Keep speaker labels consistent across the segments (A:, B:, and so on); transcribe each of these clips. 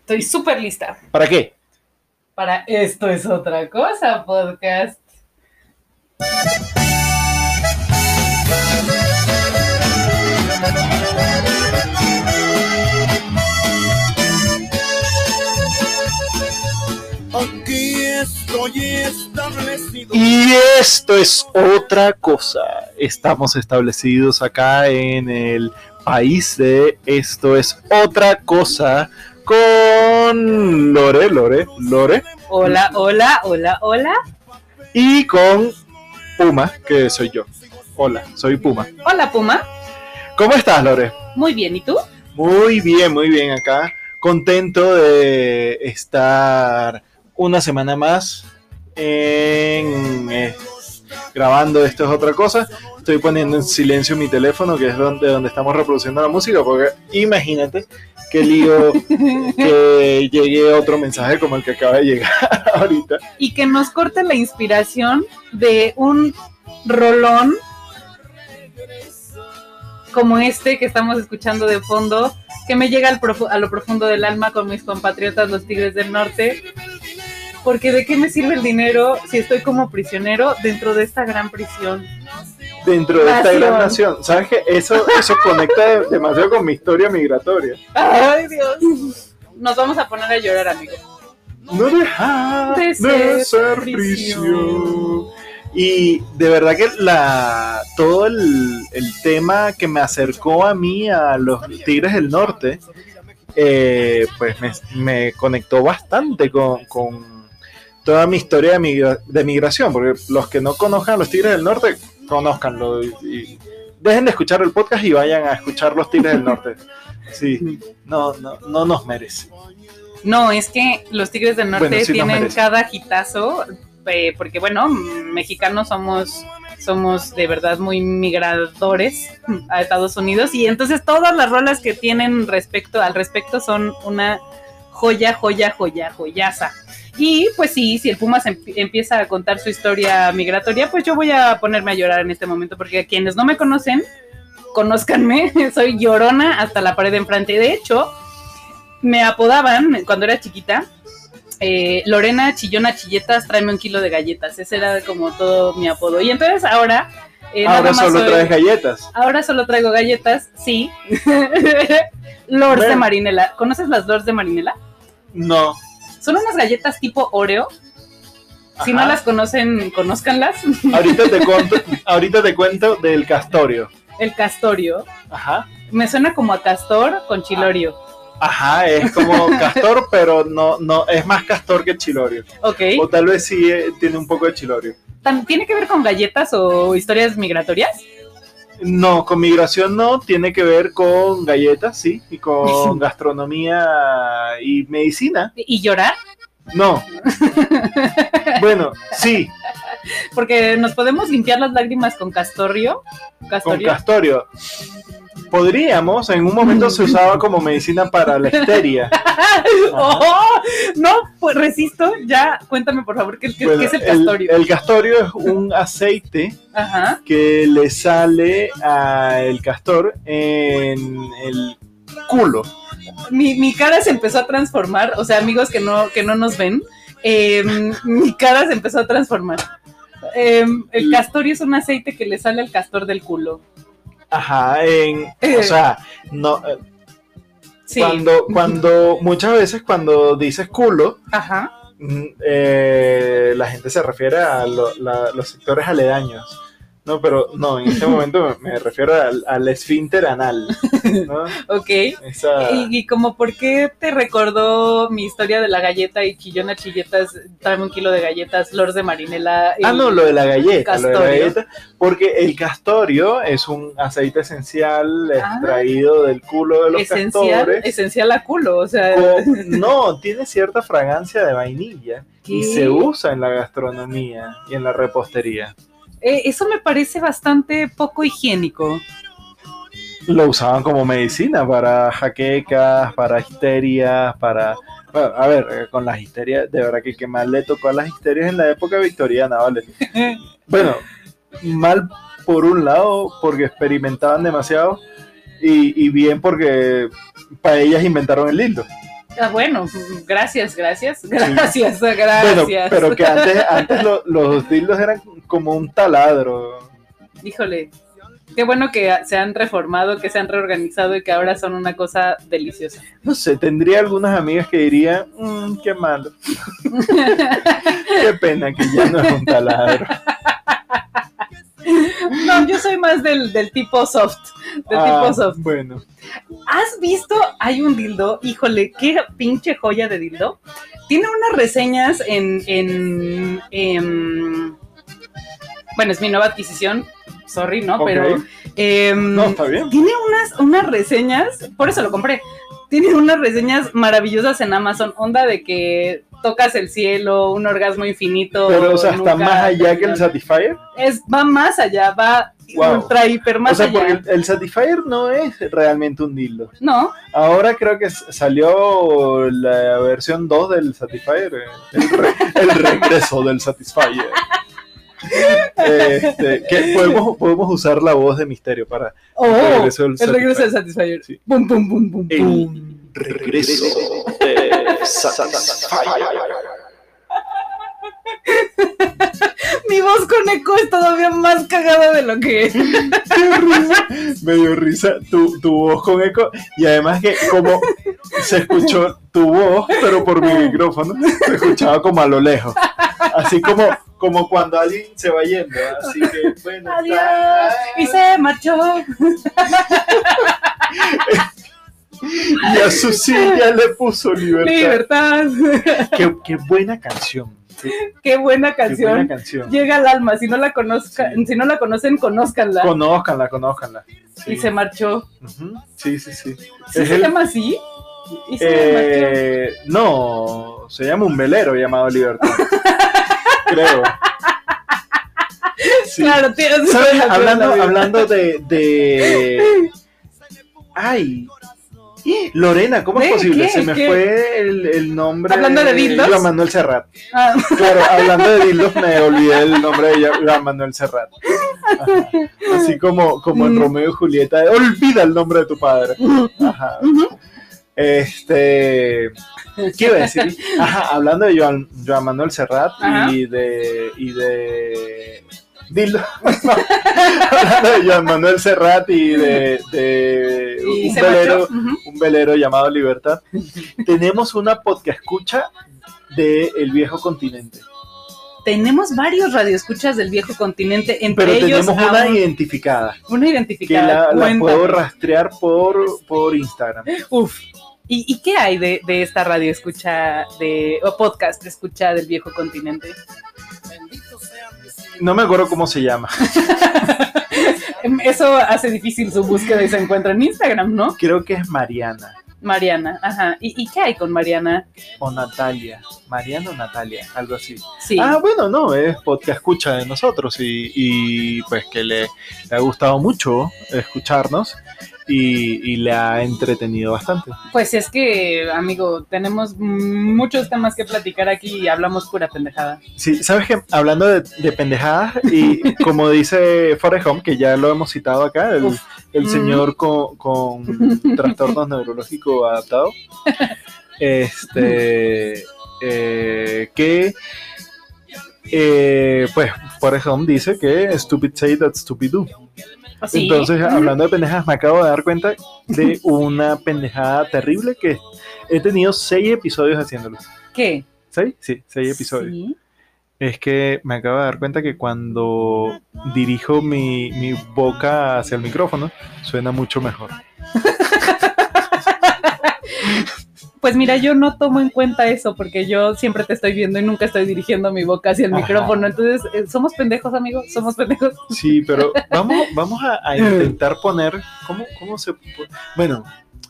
A: Estoy súper lista.
B: ¿Para qué?
A: Para esto es otra cosa, podcast.
C: Aquí estoy establecido.
B: Y esto es otra cosa. Estamos establecidos acá en el país de Esto es otra cosa con Lore, Lore, Lore
A: Hola, hola, hola, hola.
B: y con Puma, que soy yo. Hola, soy Puma.
A: Hola, Puma.
B: ¿Cómo estás, Lore?
A: Muy bien, ¿y tú?
B: Muy bien, muy bien acá. Contento de estar una semana más en, eh, grabando esto es otra cosa. Estoy poniendo en silencio mi teléfono, que es donde, donde estamos reproduciendo la música, porque imagínate qué lío que llegue otro mensaje como el que acaba de llegar ahorita.
A: Y que nos corte la inspiración de un rolón como este que estamos escuchando de fondo, que me llega al profu- a lo profundo del alma con mis compatriotas los Tigres del Norte. Porque de qué me sirve el dinero si estoy como prisionero dentro de esta gran prisión.
B: Dentro de esta gran
A: Nación.
B: nación, ¿sabes qué? Eso, eso conecta demasiado con mi historia migratoria.
A: Ay, Dios. Nos vamos a poner a llorar, amigo.
B: No dejar
A: De
B: de
A: ser
B: ser,
A: prisión.
B: prisión. Y de verdad que la, todo el, el tema que me acercó a mí, a los Tigres del Norte, eh, pues me, me conectó bastante con, con toda mi historia de, migra- de migración. Porque los que no conozcan a los Tigres del Norte, conozcanlo. Y, y dejen de escuchar el podcast y vayan a escuchar los Tigres del Norte. Sí, no, no, no nos merece.
A: No, es que los Tigres del Norte
B: Bueno, sí nos
A: tienen
B: merece.
A: cada hitazo, eh, porque bueno, mm, mexicanos somos, somos de verdad muy migradores a Estados Unidos y entonces todas las rolas que tienen respecto al respecto son una joya, joya, joya, joyaza. Y pues sí, si el Pumas emp- empieza a contar su historia migratoria, pues yo voy a ponerme a llorar en este momento, porque a quienes no me conocen, conózcanme, soy llorona hasta la pared de enfrente. De hecho, me apodaban cuando era chiquita. eh, Lorena Chillona Chilletas, tráeme un kilo de galletas. Ese era como todo mi apodo. Y entonces ahora. eh, nada
B: Ahora
A: más
B: solo
A: soy-
B: traes galletas.
A: Ahora solo traigo galletas, sí. Lords de
B: Bueno.
A: Marinela. ¿Conoces las Lords de Marinela?
B: No.
A: Son unas galletas tipo Oreo. Si
B: Ajá.
A: no las conocen, conózcanlas.
B: Ahorita te cuento, ahorita te cuento del castorio.
A: El castorio.
B: Ajá.
A: Me suena como a castor con chilorio.
B: Ajá, es como castor, pero no, no, es más castor que chilorio.
A: Ok.
B: O tal vez sí eh, tiene un poco de chilorio.
A: Tam- ¿Tiene que ver con galletas o historias migratorias?
B: No, con migración no, tiene que ver con galletas, sí, y con gastronomía y medicina.
A: ¿Y llorar?
B: No. Bueno, sí,
A: Porque nos podemos limpiar las lágrimas con castorio.
B: con
A: Castorio.
B: castorio. Podríamos, en un momento se usaba como medicina para la histeria.
A: ¡Oh! No, pues resisto. Ya, cuéntame por favor qué, qué-
B: Bueno,
A: qué es el castorio.
B: el castorio es un aceite
A: Ajá.
B: que le sale al castor en el culo.
A: mi, mi cara se empezó a transformar, o sea, amigos que no, que no nos ven, eh, mi cara se empezó a transformar. Eh, el castorio es un aceite que le sale al castor del culo.
B: Ajá, en, o sea, no, eh,
A: Sí,
B: cuando, cuando muchas veces cuando dices culo,
A: ajá.
B: mm, eh, la gente se refiere a lo- la- los sectores aledaños. No, pero no, en este momento me, me refiero al, al esfínter anal. ¿no?
A: Ok.
B: Esa-
A: Y, y como por qué te recordó mi historia de la galleta y chillona chilletas, tráeme un kilo de galletas, lors de marinela. eh,
B: Ah,
A: el-
B: no, lo de la galleta, lo de
A: Castorio.
B: la galleta, porque el castorio es un aceite esencial
A: Ah.
B: extraído del culo de los
A: esencial,
B: castores.
A: esencial a culo, o sea,
B: con- no, tiene cierta fragancia de vainilla y
A: ¿qué?
B: se usa en la gastronomía y en la repostería.
A: Eh, eso me parece bastante poco higiénico.
B: Lo usaban como medicina para jaquecas, para histerias, para... bueno, a ver, eh, con las histerias, de verdad que, que mal le tocó a las histerias en la época victoriana, ¿vale? Bueno, mal por un lado porque experimentaban demasiado y, y bien porque para ellas inventaron el lindo.
A: Ah, bueno, gracias, gracias, gracias, gracias.
B: Bueno, pero que antes, antes lo- los dildos eran como un taladro.
A: Híjole, qué bueno que se han reformado, que se han reorganizado y que ahora son una cosa deliciosa.
B: No sé, tendría algunas amigas que dirían, "Mm, qué malo. qué pena que ya no es un taladro.
A: No, yo soy más del, del tipo soft, del
B: Ah,
A: tipo soft.
B: Bueno,
A: ¿Has visto? Hay un dildo, híjole, qué pinche joya de dildo. Tiene unas reseñas en, en, en- bueno, es mi nueva adquisición, sorry, ¿no?
B: ok.
A: Pero em,
B: No, está bien.
A: tiene unas, unas reseñas, por eso lo compré. Tiene unas reseñas maravillosas en Amazon, onda de que tocas el cielo, un orgasmo infinito.
B: Pero, o sea,
A: nunca
B: está más allá que el
A: terminas.
B: Satisfyer.
A: es Va más allá, va
B: Wow.
A: ultra hiper más
B: o sea,
A: allá.
B: porque el, el Satisfyer no es realmente un dildo.
A: No,
B: Ahora creo que s- salió la versión 2 del Satisfyer. eh, El, re- el regreso del Satisfyer. Este, que podemos, podemos usar la voz de misterio para
A: oh,
B: el regreso del
A: el regreso del
B: Satisfyer.
A: Satisfyer.
B: Sí.
A: Pum, pum, pum, pum,
B: El-
A: pum.
B: regreso de Satisfyer.
A: Mi voz con eco es todavía más cagada de lo que es.
B: Me dio risa tu, tu voz con eco y además que como se escuchó tu voz, pero por mi micrófono, se escuchaba como a lo lejos. Así como, como cuando alguien se va yendo. Así que bueno.
A: Adiós.
B: está-
A: Y se marchó.
B: y a su silla le puso libertad.
A: Libertad.
B: Qué, qué buena canción. Qué,
A: Qué buena
B: qué buena
A: canción.
B: canción.
A: Llega al alma. Si no la conozca,
B: Sí.
A: si no la conocen, conózcanla.
B: Conózcanla, conózcanla. Sí.
A: Y se marchó.
B: Ujú. sí, sí, sí.
A: ¿Sí
B: Es
A: se
B: el-
A: llama así? Y se marchó.
B: Eh, no, se llama un velero llamado Libertad. Creo. Sí.
A: Claro, tienes
B: ¿Sabes? Hablando, hablando de, de- Ay. Lorena, ¿cómo es
A: ¿De
B: posible?
A: qué?
B: Se me
A: ¿Qué?
B: fue el, el nombre.
A: ¿Hablando de dildos?
B: Iván Manuel Serrat.
A: Ah,
B: Claro, hablando de dildos, me olvidé el nombre de Iván Manuel Serrat. Ajá. Así como, como en
A: Mm.
B: Romeo y Julieta. Olvida el nombre de tu padre. Ajá.
A: ujú.
B: Este. ¿Qué iba a decir? Ajá, hablando de Joan, Joan Manuel Serrat
A: Ajá.
B: y de. y de. Dilo. No. Hablando de Joan Manuel Serrat y de. de
A: Y
B: un,
A: se
B: velero,
A: marchó. Ujú.
B: un velero llamado Libertad. Tenemos una podcast escucha de El Viejo Continente.
A: Tenemos varios radioescuchas del viejo continente, entre
B: Pero
A: ellos
B: tenemos
A: a
B: una
A: un-
B: identificada.
A: una
B: Que la,
A: identificada.
B: la
A: Cuéntame.
B: puedo rastrear por, por Instagram.
A: Uf. ¿Y, y qué hay de, de esta radio escucha de, o podcast escucha del viejo continente?
B: No me acuerdo cómo se llama.
A: Em, Eso hace difícil su búsqueda y se encuentra en Instagram, ¿no?
B: Creo que es Mariana.
A: Mariana, ajá. ¿Y, y qué hay con Mariana?
B: o Natalia, Mariana o Natalia, algo así.
A: Sí.
B: Ah, bueno, no, es podcast escucha de nosotros y, y, pues que le, le ha gustado mucho escucharnos y, y le ha entretenido bastante.
A: Pues es que, amigo, tenemos muchos temas que platicar aquí y hablamos pura pendejada.
B: Sí, sabes que hablando de, de pendejadas y como dice Forrest Home, que ya lo hemos citado acá, el,
A: Uf.
B: el
A: Mm.
B: señor con, con trastornos neurológicos adaptados, este, eh, que eh, pues Forrest Home dice que stupid say that stupid do.
A: Así.
B: Entonces, hablando de pendejadas, me acabo de dar cuenta de una pendejada terrible que he tenido seis episodios haciéndolo.
A: ¿Qué?
B: ¿Seis? Sí, seis episodios.
A: Sí.
B: Es que me acabo de dar cuenta que cuando dirijo mi, mi boca hacia el micrófono, suena mucho mejor.
A: Pues mira, yo no tomo en cuenta eso porque yo siempre te estoy viendo y nunca estoy dirigiendo mi boca hacia el
B: Ajá.
A: micrófono. Entonces, eh, somos pendejos, amigo. Somos pendejos.
B: Sí, pero vamos, vamos a, a intentar poner. ¿Cómo, cómo se.? po- Bueno,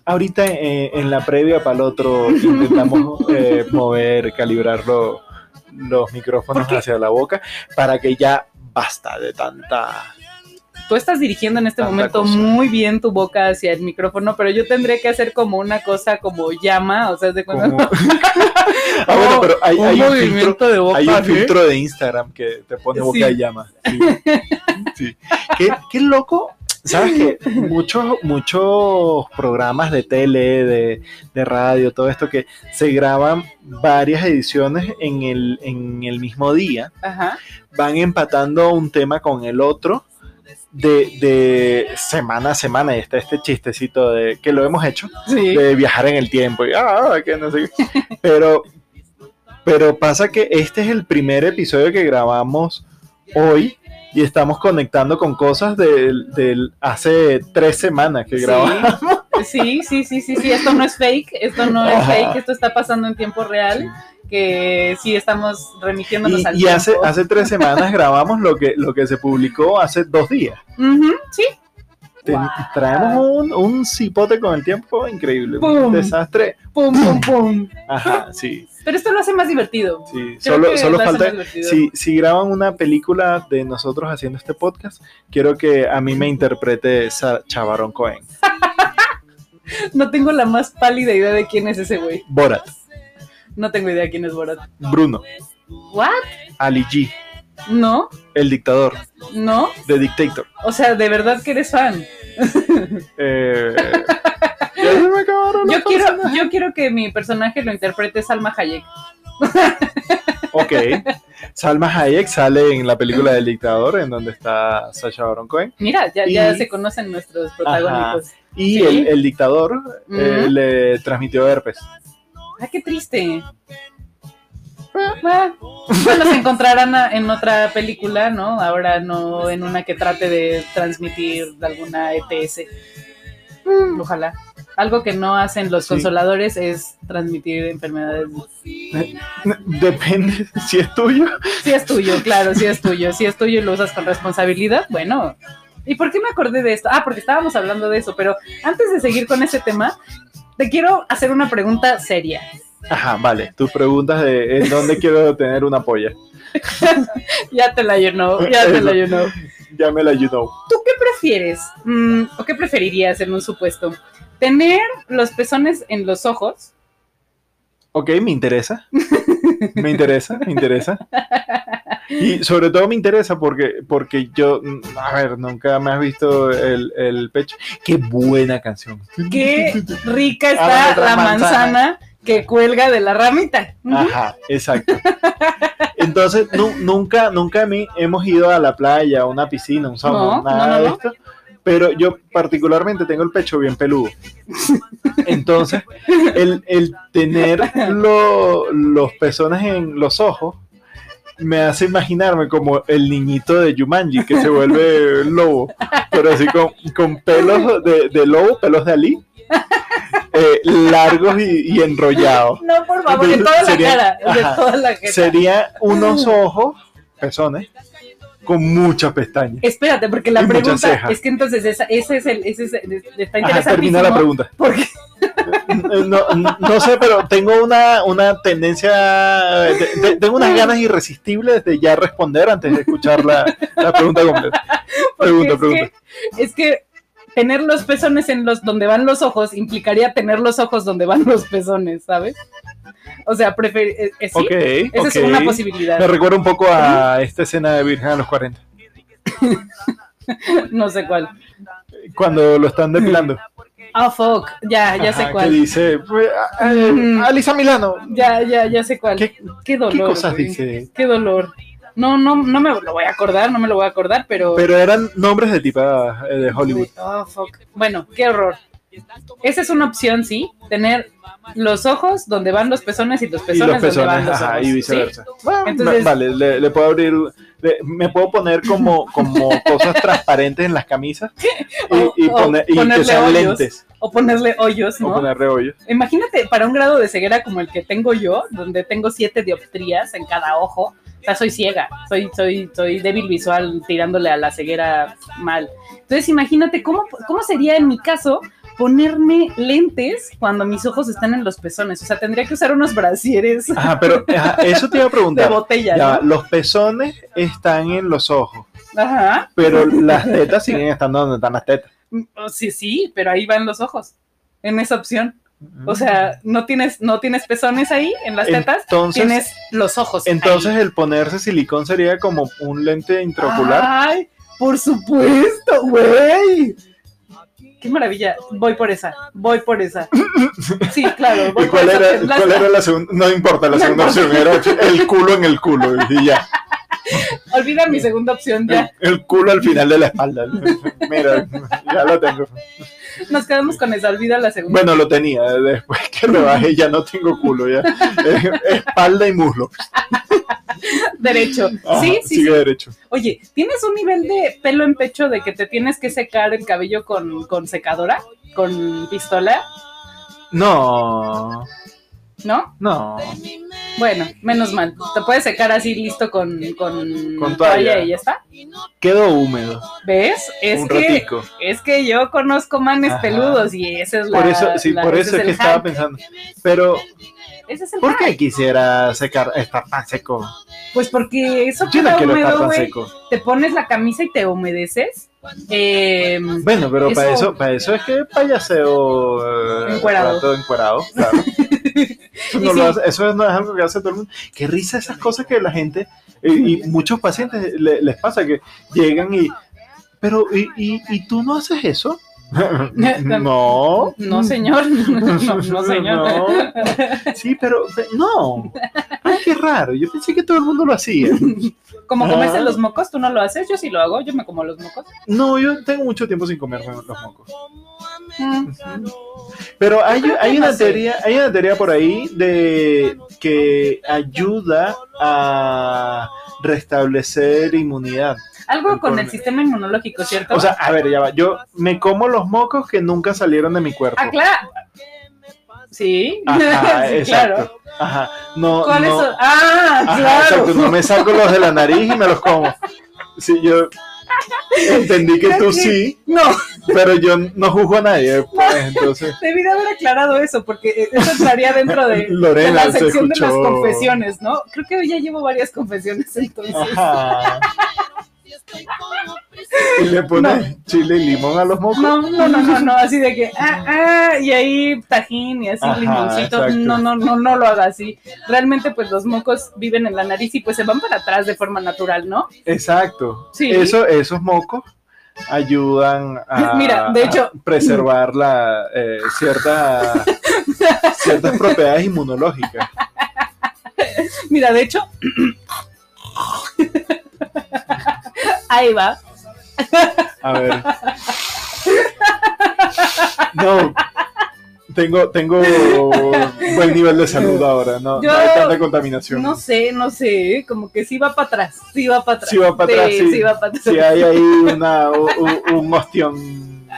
B: ahorita eh, en la previa para el otro intentamos eh, mover, calibrar lo- los micrófonos
A: ¿Por qué?
B: hacia la boca para que ya basta de tanta.
A: Tú estás dirigiendo en este
B: Tanta
A: momento
B: cosa.
A: muy bien tu boca hacia el micrófono, pero yo tendría que hacer como una cosa como llama, o sea, haz de cuenta.
B: como- ah, bueno, pero hay,
A: un
B: hay un filtro.
A: movimiento de boca.
B: Hay un
A: ¿sí?
B: filtro de Instagram que te pone boca
A: Sí.
B: de llama. Sí. Sí. ¿Qué, qué loco Sabes que muchos, muchos programas de tele, de, de radio, todo esto que se graban varias ediciones en el, en el mismo día,
A: Ajá.
B: van empatando un tema con el otro de, de semana a semana. Y está este chistecito de que lo hemos hecho,
A: Sí.
B: de viajar en el tiempo. Y, ah, que no sé qué. Pero, pero pasa que este es el primer episodio que grabamos hoy y estamos conectando con cosas del, del hace tres semanas que
A: Sí.
B: grabamos.
A: Sí, sí, sí, sí, sí, esto no es fake, esto no es
B: Ajá.
A: fake, esto está pasando en tiempo real, que sí estamos remitiéndonos al
B: Y, y hace,
A: tiempo.
B: hace tres semanas grabamos lo que, lo que se publicó hace dos días.
A: Ujú, sí,
B: Te-
A: Wow.
B: Traemos un, un cipote con el tiempo increíble.
A: Pum.
B: Un desastre.
A: pum, pum, pum.
B: Ajá, sí.
A: Pero esto lo hace más divertido.
B: sí.
A: Creo
B: Solo,
A: que
B: solo
A: lo hace
B: falta
A: más divertido.
B: si, si graban una película de nosotros haciendo este podcast, quiero que a mí me interprete esa Chavarón Cohen.
A: No tengo la más pálida idea de quién es ese güey.
B: Borat,
A: No tengo idea quién es Borat.
B: Bruno,
A: ¿What?
B: Ali G,
A: No,
B: el dictador,
A: no.
B: The Dictator.
A: O sea, de verdad que eres fan.
B: Eh, ya se me acabaron los
A: Yo quiero,
B: personajes.
A: yo quiero que mi personaje lo interprete Salma Hayek.
B: Ok. Salma Hayek sale en la película del dictador, en donde está Sacha Baron Cohen.
A: Mira, ya, ya
B: Y-
A: se conocen nuestros protagónicos.
B: Y
A: Sí.
B: el, el dictador eh,
A: Ujú.
B: le transmitió herpes.
A: Ah, qué triste. Ah, Bueno, se encontrarán a- en otra película, ¿no? Ahora no en una que trate de transmitir alguna ETS. Ojalá. Algo que no hacen los
B: Sí.
A: consoladores es transmitir enfermedades.
B: Depende si es tuyo.
A: Si es tuyo, claro, si es tuyo. Si es tuyo y lo usas con responsabilidad, bueno. ¿Y por qué me acordé de esto? Ah, porque estábamos hablando de eso, pero antes de seguir con ese tema, te quiero hacer una pregunta seria.
B: Ajá, vale. Tus preguntas de en dónde quiero tener una polla.
A: Ya te la llenó, ya te la llenó.
B: Llámela you know.
A: ¿Tú qué prefieres? Mm, ¿O qué preferirías en un supuesto? ¿Tener los pezones en los ojos?
B: Ok, me interesa. Me interesa, me interesa. Y sobre todo me interesa porque, porque yo, mm, a ver, nunca me has visto el, el pecho. Qué buena canción.
A: ¡Qué rica
B: Ah,
A: está
B: la otra
A: la
B: manzana. Ah.
A: manzana que cuelga de la ramita! Ujú.
B: Ajá, exacto. Entonces, nu- nunca, nunca a mí hemos ido a la playa, a una piscina, un sauna,
A: No,
B: nada
A: no, no,
B: de
A: no.
B: esto. Pero yo particularmente tengo el pecho bien peludo. Entonces, el, el tener lo- los pezones en los ojos me hace imaginarme como el niñito de Jumanji que se vuelve lobo, pero así con, con pelos de, de lobo, pelos de Ali, eh, largos y- y enrollados.
A: No, por favor, de toda la
B: Sería-
A: cara, de
B: ajá.
A: toda la cara.
B: Sería
A: Mm.
B: unos ojos, pezones, con muchas pestañas.
A: Espérate, porque la
B: Y muchas
A: pregunta
B: cejas.
A: es que entonces esa, ese es el, ese es el- está
B: Ajá, termina la
A: interesantísimo.
B: pregunta.
A: Porque
B: No, no- no sé, pero tengo una, una tendencia, eh, te- te- tengo unas ganas irresistibles de ya responder antes de escuchar la, la pregunta completa.
A: Porque
B: Pregunta,
A: es
B: pregunta.
A: Que, es que tener los pezones en los donde van los ojos implicaría tener los ojos donde van los pezones, ¿sabes? O sea, prefer eh, eh, sí,
B: Ok,
A: esa
B: ok.
A: es una
B: Me
A: posibilidad.
B: recuerda un poco a esta escena de Virgen a los 40,
A: No sé cuál.
B: cuando lo están depilando.
A: Ah, fuck, ya, ya
B: Ajá,
A: sé
B: Que
A: cuál.
B: dice, pues, a- a- Alisa Milano,
A: Ya, ya, ya sé cuál.
B: ¿qué,
A: Qué, dolor.
B: qué cosas
A: güey.
B: dice?
A: Qué dolor. No, no, no me lo voy a acordar, no me lo voy a acordar, pero.
B: Pero eran nombres de tipa eh, de Hollywood.
A: Ah, fuck. Bueno, qué horror. Esa es una opción, sí. Tener los ojos donde van los pezones y los
B: y
A: pezones,
B: los
A: donde
B: pezones,
A: van los
B: ajá,
A: ojos.
B: y
A: ¿sí?
B: viceversa. Bueno,
A: Entonces-
B: va- vale, le, le puedo abrir, le- me puedo poner como, como cosas transparentes en las camisas
A: O-
B: y, y
A: o
B: poner- y que
A: ponerle
B: sean
A: hoyos,
B: lentes
A: O ponerle hoyos,
B: o
A: ¿no?
B: ponerle hoyos.
A: Imagínate para un grado de ceguera como el que tengo yo, donde tengo siete dioptrías en cada ojo. O sea, soy ciega, soy, soy, soy débil visual tirándole a la ceguera mal. Entonces, imagínate cómo, cómo sería en mi caso ponerme lentes cuando mis ojos están en los pezones. O sea, tendría que usar unos brasieres
B: Ajá, pero ajá, eso te iba a
A: de
B: preguntar.
A: botella,
B: Ya,
A: ¿no?
B: los pezones están en los ojos,
A: Ajá.
B: pero las tetas siguen estando donde están las tetas.
A: Mm, O Sí, sí, pero ahí van los ojos, en esa opción. O sea,
B: Mm.
A: no tienes, no tienes pezones ahí en las tetas,
B: entonces,
A: tienes los ojos. ahí.
B: entonces el ponerse silicón sería como un lente intraocular.
A: Ay, Por supuesto, Ah, güey. Qué maravilla. Voy por esa. Voy por esa. Sí, claro. voy por
B: ¿Y cuál
A: esa,
B: era,
A: que es la-
B: cuál era la segunda? No importa, la
A: No
B: segunda
A: importa.
B: opción era el culo en el culo. Y ya.
A: Olvida mi segunda opción
B: El,
A: ya.
B: el culo al final de la espalda. Mira, ya lo tengo. Eh.
A: Nos quedamos con esa. Olvida la segunda.
B: Bueno, lo tenía. Después que me bajé, ya no tengo culo. ya Eh, Espalda y muslo.
A: Derecho.
B: Ajá,
A: sí, sí,
B: Ah, sigue derecho.
A: Oye, ¿tienes un nivel de pelo en pecho de que te tienes que secar el cabello con, con secadora? ¿Con pistola?
B: No,
A: ¿No?
B: no.
A: Bueno, menos mal. Te puedes secar así listo con, con,
B: Con toalla.
A: y ya está.
B: Quedó húmedo.
A: ¿Ves? Es
B: un
A: que
B: ratico.
A: es que yo conozco manes
B: Ajá.
A: peludos y ese es la
B: Por eso, sí,
A: la-
B: por
A: ese
B: eso es
A: el
B: que estaba
A: hack.
B: pensando. Pero,
A: Ese es el
B: ¿por
A: hack.
B: qué quisiera secar, estar tan seco?
A: Pues porque eso
B: Yo
A: queda
B: no quiero estar
A: húmedo,
B: tan
A: güey.
B: seco.
A: Te pones la camisa y te humedeces. Eh,
B: Bueno, pero para
A: Eso-
B: eso, para eso es que payaseo eh,
A: Encuerado.
B: rato encuerado, claro. Eso, no
A: Y
B: lo
A: sí.
B: hace- eso no es algo que hace todo el mundo. Qué risa esas cosas que la gente eh, y muchos pacientes le- les pasa que llegan y pero y, y- y tú no haces eso. no.
A: no, señor. No, no, señor.
B: Mm. No. Sí, pero pe- no. Ay, qué raro. Yo pensé que todo el mundo lo hacía.
A: Como
B: Ah.
A: comerse los mocos, tú no lo haces, yo sí lo hago, yo me como los mocos.
B: No, yo tengo mucho tiempo sin comerme los mocos.
A: Mm.
B: Pero hay,
A: creo que
B: hay,
A: no
B: una
A: sé.
B: teoría, hay una teoría por ahí de que ayuda a restablecer inmunidad.
A: Algo con el
B: Con-
A: sistema inmunológico, ¿cierto?
B: O sea, a ver, ya va. Yo me como los mocos que nunca salieron de mi cuerpo.
A: ah, claro. Sí,
B: Ajá,
A: Sí, claro.
B: exacto. Ajá. No,
A: ¿Cuáles
B: no,
A: son? Ah,
B: Ajá,
A: claro.
B: exacto, no me saco los de la nariz y me los como. Sí, yo entendí que tú sí,
A: No,
B: pero yo no juzgo a nadie. pues, entonces,
A: debí de haber aclarado eso, porque eh, eso estaría dentro de, de
B: Lorena
A: la
B: se
A: sección de las
B: escuchó.
A: confesiones, ¿no? Creo que hoy ya llevo varias confesiones
B: Ah,
A: entonces.
B: Ajá. Y le pones chile y limón a los mocos.
A: No, no, no, no, no, así de que, ah, ah, y ahí tajín y así
B: Ajá,
A: limoncito.
B: exacto.
A: No, no, no, no lo haga así. Realmente, pues los mocos viven en la nariz y pues se van para atrás de forma natural, ¿no?
B: Exacto.
A: Sí.
B: Eso, esos mocos ayudan a
A: Mira, de hecho-
B: a preservar la eh, cierta ciertas propiedades inmunológicas.
A: Mira, de hecho, ahí va.
B: A ver. No. Tengo, tengo buen nivel de salud ahora, no, no hay
A: Yo-
B: tanta contaminación.
A: No sé, no sé, ¿eh? como que sí va para atrás, sí va para atrás.
B: Sí va para atrás, sí.
A: sí va para atrás.
B: Si hay ahí una, u- u- un ostión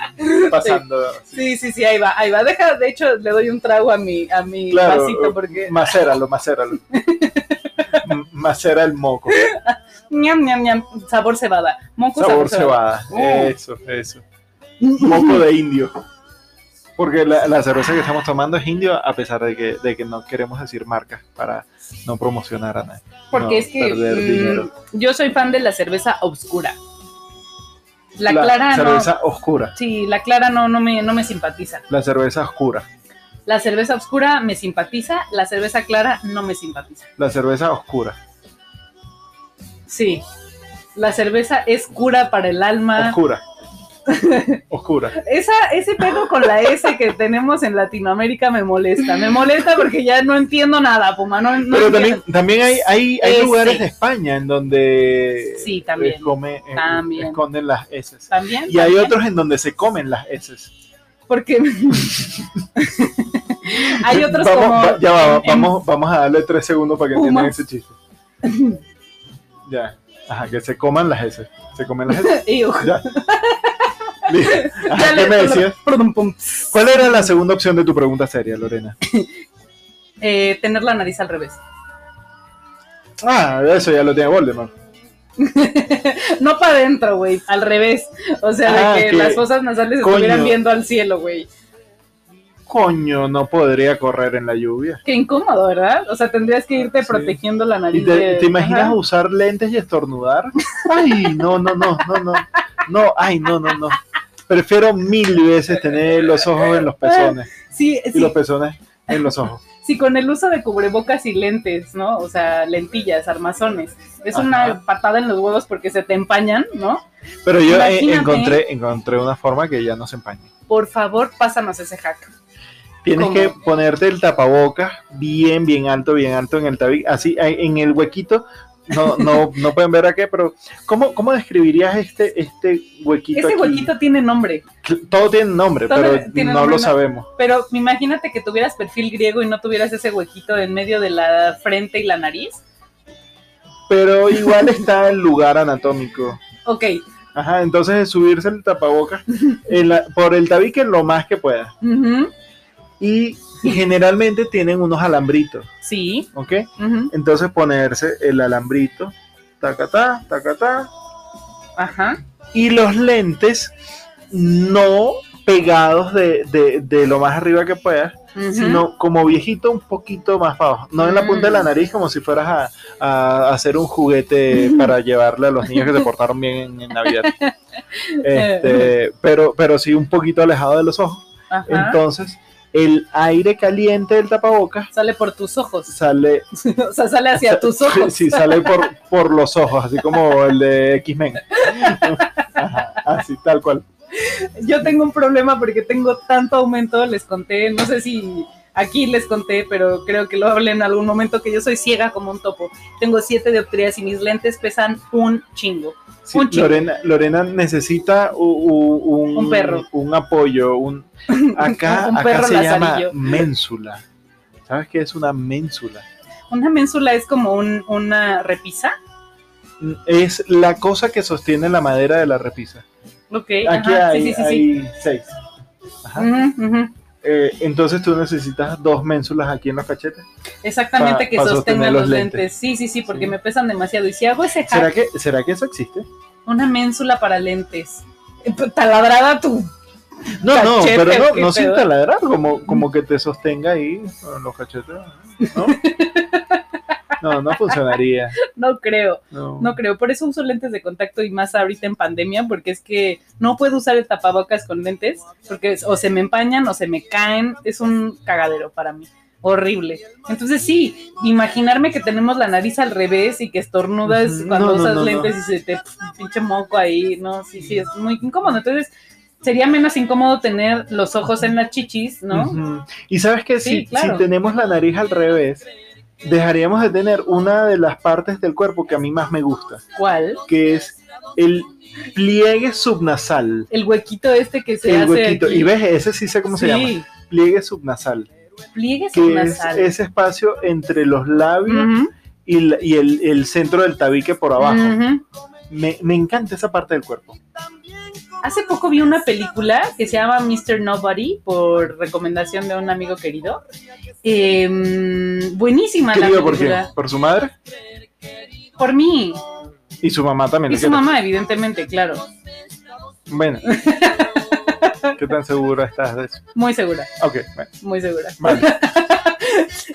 B: pasando.
A: Sí, sí, sí, ahí va, ahí va. Deja, de hecho, le doy un trago a mi, a mi
B: Claro,
A: vasito porque.
B: Macéralo, macéralo. M- Macera el moco.
A: ñam, ñam, ñam, sabor cebada. Moco
B: Sabor cebada.
A: Oh.
B: Eso, eso. Moco de indio. Porque la, la cerveza que estamos tomando es indio, a pesar de que, de que no queremos decir marcas para no promocionar a nadie.
A: Porque
B: No,
A: es que
B: perder
A: mm,
B: dinero.
A: yo soy fan de la cerveza oscura. La,
B: La
A: clara
B: cerveza oscura.
A: no. Sí, la clara no, no, me, no me simpatiza.
B: La cerveza oscura.
A: La cerveza oscura me simpatiza, la cerveza clara no me simpatiza.
B: La cerveza oscura.
A: Sí. La cerveza es cura para el alma.
B: Oscura. Oscura.
A: Esa, ese pedo con la S que tenemos en Latinoamérica me molesta. Me molesta porque ya no entiendo nada, Puma. No, no
B: Pero
A: entiendo.
B: también, también hay, hay, hay
A: Ese.
B: lugares de España en donde
A: Sí, también.
B: eh, come- eh,
A: También.
B: esconden las heces.
A: También.
B: Y hay
A: también,
B: otros en donde se comen las heces.
A: Porque. hay otros
B: vamos,
A: como.
B: va- ya va,
A: en- en-
B: vamos, vamos a darle tres segundos para que
A: Puma.
B: entiendan ese chiste. Ya. Ajá, que se coman las heces. Se comen las heces.
A: Iu.
B: Ya. Listo. Ajá,
A: Ya
B: Ah, ¿Qué
A: le-
B: me decías?
A: Perdón, pum.
B: ¿Cuál era la segunda opción de tu pregunta seria, Lorena?
A: Eh, tener la nariz al revés.
B: Ah, eso ya lo tiene Voldemort.
A: No para adentro, güey, al revés. O sea,
B: Ah,
A: de que,
B: que-
A: las fosas nasales
B: Coño.
A: estuvieran viendo al cielo, güey.
B: Coño, no podría correr en la lluvia.
A: Qué incómodo, ¿verdad? O sea, tendrías que irte
B: Sí.
A: protegiendo la nariz.
B: ¿Y te,
A: de-
B: te imaginas
A: Ajá.
B: usar lentes y estornudar? Ay, no, no, no, no, no. No, ay, no, no, no. Prefiero mil veces tener los ojos en los pezones
A: Sí,
B: y
A: sí,
B: los pezones en los ojos.
A: sí, con el uso de cubrebocas y lentes, ¿no? O sea, lentillas, armazones. Es
B: Ajá.
A: una patada en los huevos porque se te empañan, ¿no?
B: Pero yo eh,
A: Imagínate.
B: encontré, encontré una forma que ya no se empañe.
A: Por favor, pásanos ese hack.
B: Tienes
A: ¿Cómo?
B: que ponerte el tapabocas bien, bien alto, bien alto en el tabique, así ahí en el huequito. No, no, no pueden ver a qué, pero ¿cómo, cómo describirías este, este huequito?
A: Ese
B: aquí?
A: huequito tiene nombre,
B: Cl- Todo tiene nombre,
A: Todo
B: pero
A: tiene
B: no
A: nombre,
B: lo
A: ¿no?
B: sabemos.
A: pero imagínate que tuvieras perfil griego y no tuvieras ese huequito en medio de la frente y la nariz.
B: Pero igual está el lugar anatómico.
A: Ok,
B: Ajá, entonces es subirse el tapabocas en la- por el tabique lo más que pueda.
A: ujú,
B: Y generalmente tienen unos alambritos,
A: sí,
B: ¿ok?
A: ujú,
B: Entonces ponerse el alambrito, tacatá, tacatá,
A: ajá,
B: y los lentes no pegados de, de- de lo más arriba que puedas,
A: ujú.
B: sino como viejito un poquito más para abajo, no en la punta de la
A: Mm.
B: nariz como si fueras a, a hacer un juguete para llevarle a los niños que se portaron bien en, en Navidad. Este, pero, pero sí un poquito alejado de los ojos.
A: Ajá.
B: Entonces, el aire caliente del tapabocas
A: sale por tus ojos,
B: sale
A: o sea, sale hacia tus ojos.
B: Sí, sale por, por los ojos, así como el de X-Men. Ajá, Así, tal cual.
A: Yo tengo un problema porque tengo tanto aumento, les conté, no sé si aquí les conté, pero creo que lo hablé en algún momento que yo soy ciega como un topo. Tengo siete dioptrías y mis lentes pesan un chingo.
B: Sí,
A: Un chico.
B: Lorena, Lorena necesita u- u- un,
A: Un perro.
B: un apoyo. Un, acá
A: Un
B: acá
A: perro
B: se
A: lazarillo.
B: llama ménsula. ¿Sabes qué es una ménsula?
A: Una ménsula es como un- una repisa.
B: Es la cosa que sostiene la madera de la repisa.
A: Ok,
B: Aquí
A: ajá,
B: hay,
A: sí, sí, sí, sí.
B: hay seis. Ajá.
A: Ujú, ujú.
B: Eh, entonces tú necesitas dos ménsulas aquí en los cachetes.
A: Exactamente,
B: Pa-
A: que
B: pa sostener
A: sostengan
B: los
A: los lentes.
B: lentes.
A: Sí, sí, sí, porque
B: Sí.
A: me pesan demasiado. Y si hago ese hack,
B: ¿Será que, ¿Será que eso existe?
A: una ménsula para lentes. Eh, Taladrada tu
B: No,
A: Cachete,
B: no, pero
A: qué
B: no, no sin
A: pedo.
B: taladrar, como, como que te sostenga ahí con los cachetes, ¿no? No, no funcionaría.
A: No creo,
B: No.
A: no creo. Por eso uso lentes de contacto y más ahorita en pandemia, porque es que no puedo usar el tapabocas con lentes, porque es- o se me empañan o se me caen. Es un cagadero para mí. Horrible. Entonces sí, imaginarme que tenemos la nariz al revés y que estornudas
B: Ujú.
A: cuando
B: No, no,
A: usas
B: no, no.
A: lentes y se te pf, pinche moco ahí, ¿no? Sí, sí, es muy incómodo. Entonces sería menos incómodo tener los ojos en las chichis, ¿no?
B: Ujú. Y sabes que
A: Sí,
B: si,
A: claro.
B: si tenemos la nariz al revés, dejaríamos de tener una de las partes del cuerpo que a mí más me gusta,
A: ¿Cuál?
B: que es el pliegue subnasal.
A: El huequito este que se
B: El
A: hace
B: huequito.
A: aquí.
B: Y ves, ese sí sé cómo se llama.
A: Sí,
B: Pliegue subnasal.
A: pliegues
B: Que es
A: nasal.
B: ese espacio entre los labios
A: Ujú.
B: y, la- y el, el centro del tabique por abajo.
A: Ujú.
B: Me, me encanta esa parte del cuerpo.
A: Hace poco vi una película que se llama Mr. Nobody por recomendación de un amigo querido. Em, buenísima
B: Querido,
A: la
B: ¿por quién?
A: película.
B: Por su madre
A: Por, mí.
B: y su mamá también.
A: Y
B: lo
A: su
B: quiere.
A: mamá, evidentemente, claro.
B: Bueno. ¿Qué tan segura estás de eso?
A: Muy segura,
B: Ok, bueno,
A: muy segura.
B: vale.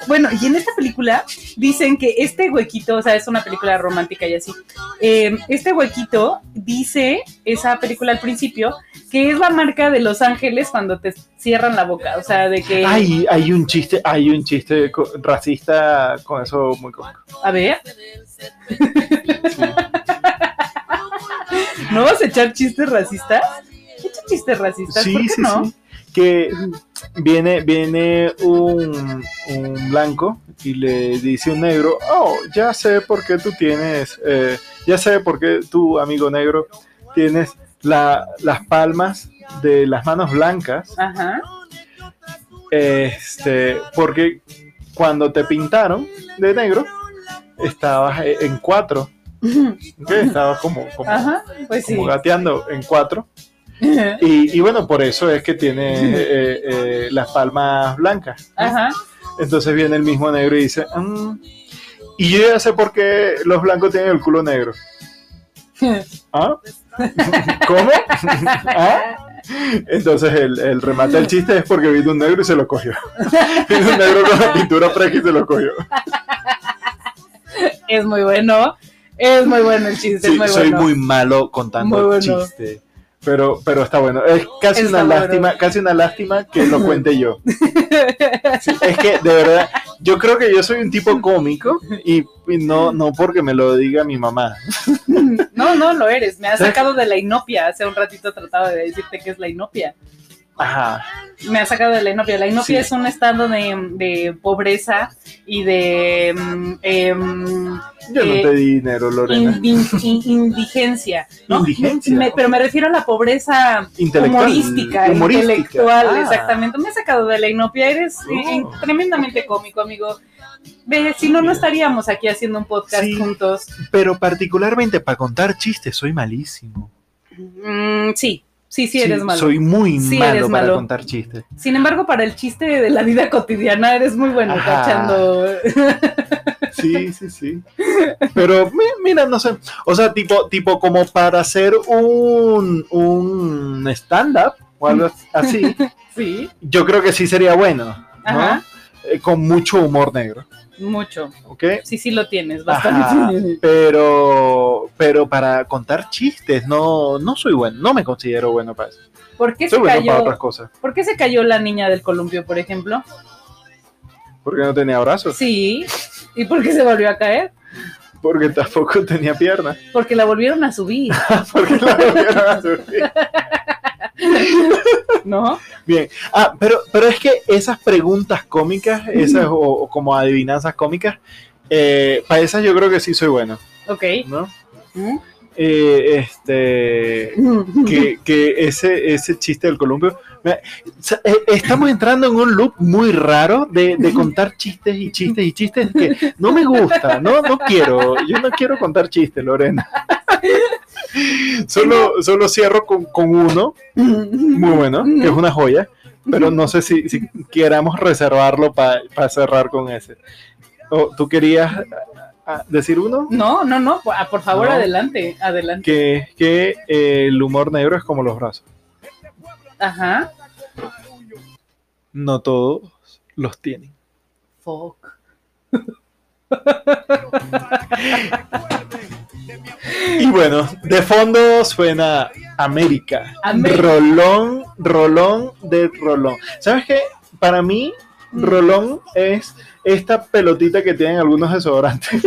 A: Bueno, y en esta película dicen que este huequito, o sea, es una película romántica y así. Em, este huequito dice esa película al principio que es la marca de Los Ángeles cuando te cierran la boca. O sea, de que.
B: Ay, hay un chiste, hay un chiste co- racista con eso muy cómico.
A: A ver. ¿No vas a echar chistes racistas? Echa chistes racistas, ¿por
B: Sí,
A: qué
B: sí,
A: no?
B: sí. Que viene, viene un, un blanco y le dice un negro, oh, ya sé por qué tú tienes, eh, ya sé por qué tú, amigo negro, tienes la- las palmas de las manos blancas
A: Ajá.
B: Este, porque cuando te pintaron de negro, estabas eh, en cuatro, ¿ok? estabas como, como,
A: Ajá, pues sí.
B: como gateando en cuatro. Y, y bueno, por eso es que tiene eh, eh, las palmas blancas. ¿no?
A: Ajá.
B: Entonces viene el mismo negro y dice, "Mm, y yo ya sé por qué los blancos tienen el culo negro. ¿Ah? ¿Cómo? ¿Ah? Entonces el, el remate del chiste es porque vino un negro y se lo cogió. Vino un negro con la pintura fresca y se lo cogió.
A: Es muy bueno. Es muy bueno el chiste, es
B: Sí,
A: muy
B: soy
A: bueno.
B: muy malo contando
A: Muy bueno.
B: chistes. Pero, pero está bueno. Es casi
A: Está
B: una
A: bueno.
B: lástima, casi una lástima que lo cuente yo. Sí, es que de verdad, yo creo que yo soy un tipo cómico y, y no, no porque me lo diga mi mamá.
A: No, no, lo eres.
B: ¿Eh?
A: Me has sacado de la inopia. Hace un ratito trataba de decirte que es la inopia.
B: Ajá.
A: Me has sacado de la inopia. La inopia
B: Sí.
A: es un estado de, de pobreza y de mm, em,
B: Yo no
A: Eh,
B: te di dinero, Lorena.
A: indi- in- indigencia, ¿no?
B: Indigencia.
A: Me- pero me refiero a la pobreza
B: Intelectual.
A: humorística,
B: Humorística.
A: intelectual,
B: Ah.
A: exactamente. Me has sacado de la inopia, eres
B: Oh.
A: eh, tremendamente cómico, amigo. Ve, si no, no estaríamos aquí haciendo un podcast
B: Sí.
A: juntos.
B: Pero particularmente para contar chistes soy malísimo.
A: Mm, sí, sí, sí eres malo.
B: Soy muy
A: Sí,
B: malo
A: eres
B: para
A: malo.
B: contar chistes.
A: Sin embargo, para el chiste de la vida cotidiana eres muy bueno
B: Ajá.
A: cachando.
B: Sí, sí, sí. Pero mi- mira, no sé. O sea, tipo, tipo como para hacer un, un stand-up o algo así,
A: sí,
B: yo creo que sí sería bueno. ¿no?
A: Ajá.
B: Eh, con mucho humor negro.
A: mucho.
B: ¿Ok?
A: Sí, sí lo tienes,
B: Ajá,
A: bastante.
B: pero, pero para contar chistes, no, no soy bueno, no me considero bueno para eso.
A: ¿Por qué,
B: Soy
A: se
B: bueno para otras
A: cayó,
B: cosas.
A: ¿Por qué se cayó la niña del columpio, por ejemplo?
B: Porque no tenía brazos,
A: Sí. ¿Y por qué se volvió a caer?
B: porque tampoco tenía piernas,
A: Porque la volvieron a subir,
B: porque la volvieron a subir.
A: ¿no?
B: Bien, ah, pero, pero es que esas preguntas cómicas, esas o, o como adivinanzas cómicas, eh, para esas yo creo que sí soy bueno,
A: Ok.
B: ¿no? Eh, este, que, que ese, ese chiste del columpio. me- sa- eh, Estamos entrando en un loop muy raro de, de contar chistes y chistes y chistes que no me gusta, no, no quiero, yo no quiero contar chistes, Lorena. Solo, solo cierro con, con uno, muy bueno, que es una joya, pero no sé si, si queramos reservarlo para cerrar con ese. O, ¿Tú querías ah, decir uno?
A: No, no, no, por, ah, por favor,
B: No.
A: adelante, adelante.
B: Que, que eh, el humor negro es como los brazos.
A: Ajá.
B: no todos los tienen.
A: Fuck.
B: Y bueno, de fondo suena América.
A: América.
B: Rolón, rolón de rolón. ¿Sabes qué? Para mí,
A: Mm.
B: rolón es esta pelotita que tienen algunos desodorantes.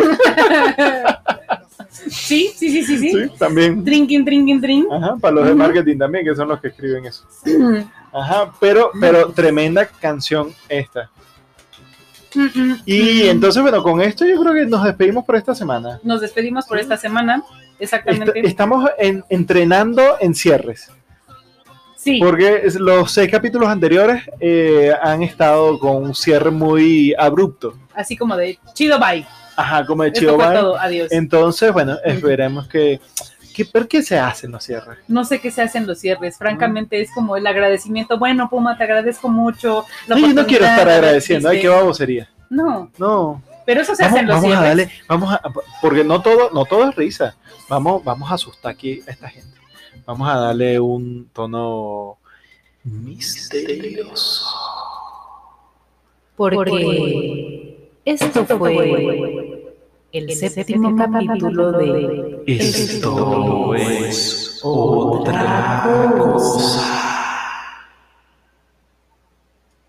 A: Sí, sí, sí, sí, sí.
B: Sí, también.
A: Drinking, drinking, drink.
B: Ajá, para los de
A: Ujú.
B: marketing también, que son los que escriben eso. Ah. Ajá, pero, pero tremenda canción esta.
A: Mm,
B: Y entonces, bueno, con esto yo creo que nos despedimos por esta semana.
A: Nos despedimos por esta semana.
B: Est-
A: Exactamente.
B: estamos en- entrenando en cierres.
A: Sí.
B: Porque es- los seis capítulos anteriores eh, han estado con un cierre muy abrupto.
A: Así como de chido, bye.
B: Ajá, como de
A: Esto fue
B: Chiobai.
A: todo. Adiós.
B: Entonces, bueno, esperemos que, que- ¿Por qué se hacen los cierres?
A: No sé qué se hacen los cierres. Francamente, es como el agradecimiento. Bueno, Puma, te agradezco mucho. la
B: No, yo no quiero
A: oportunidad
B: estar
A: de haber
B: agradeciendo. Ay, qué
A: viste.
B: babosería.
A: No,
B: No.
A: pero eso se
B: Vamos,
A: hacen los
B: vamos a
A: cierres.
B: darle. Vamos a, porque no todo, no todo es risa. Vamos, vamos a asustar aquí a esta gente. Vamos a darle un tono misterioso.
D: Porque, esto, fue, el, séptimo, capítulo de
B: Esto es otra cosa.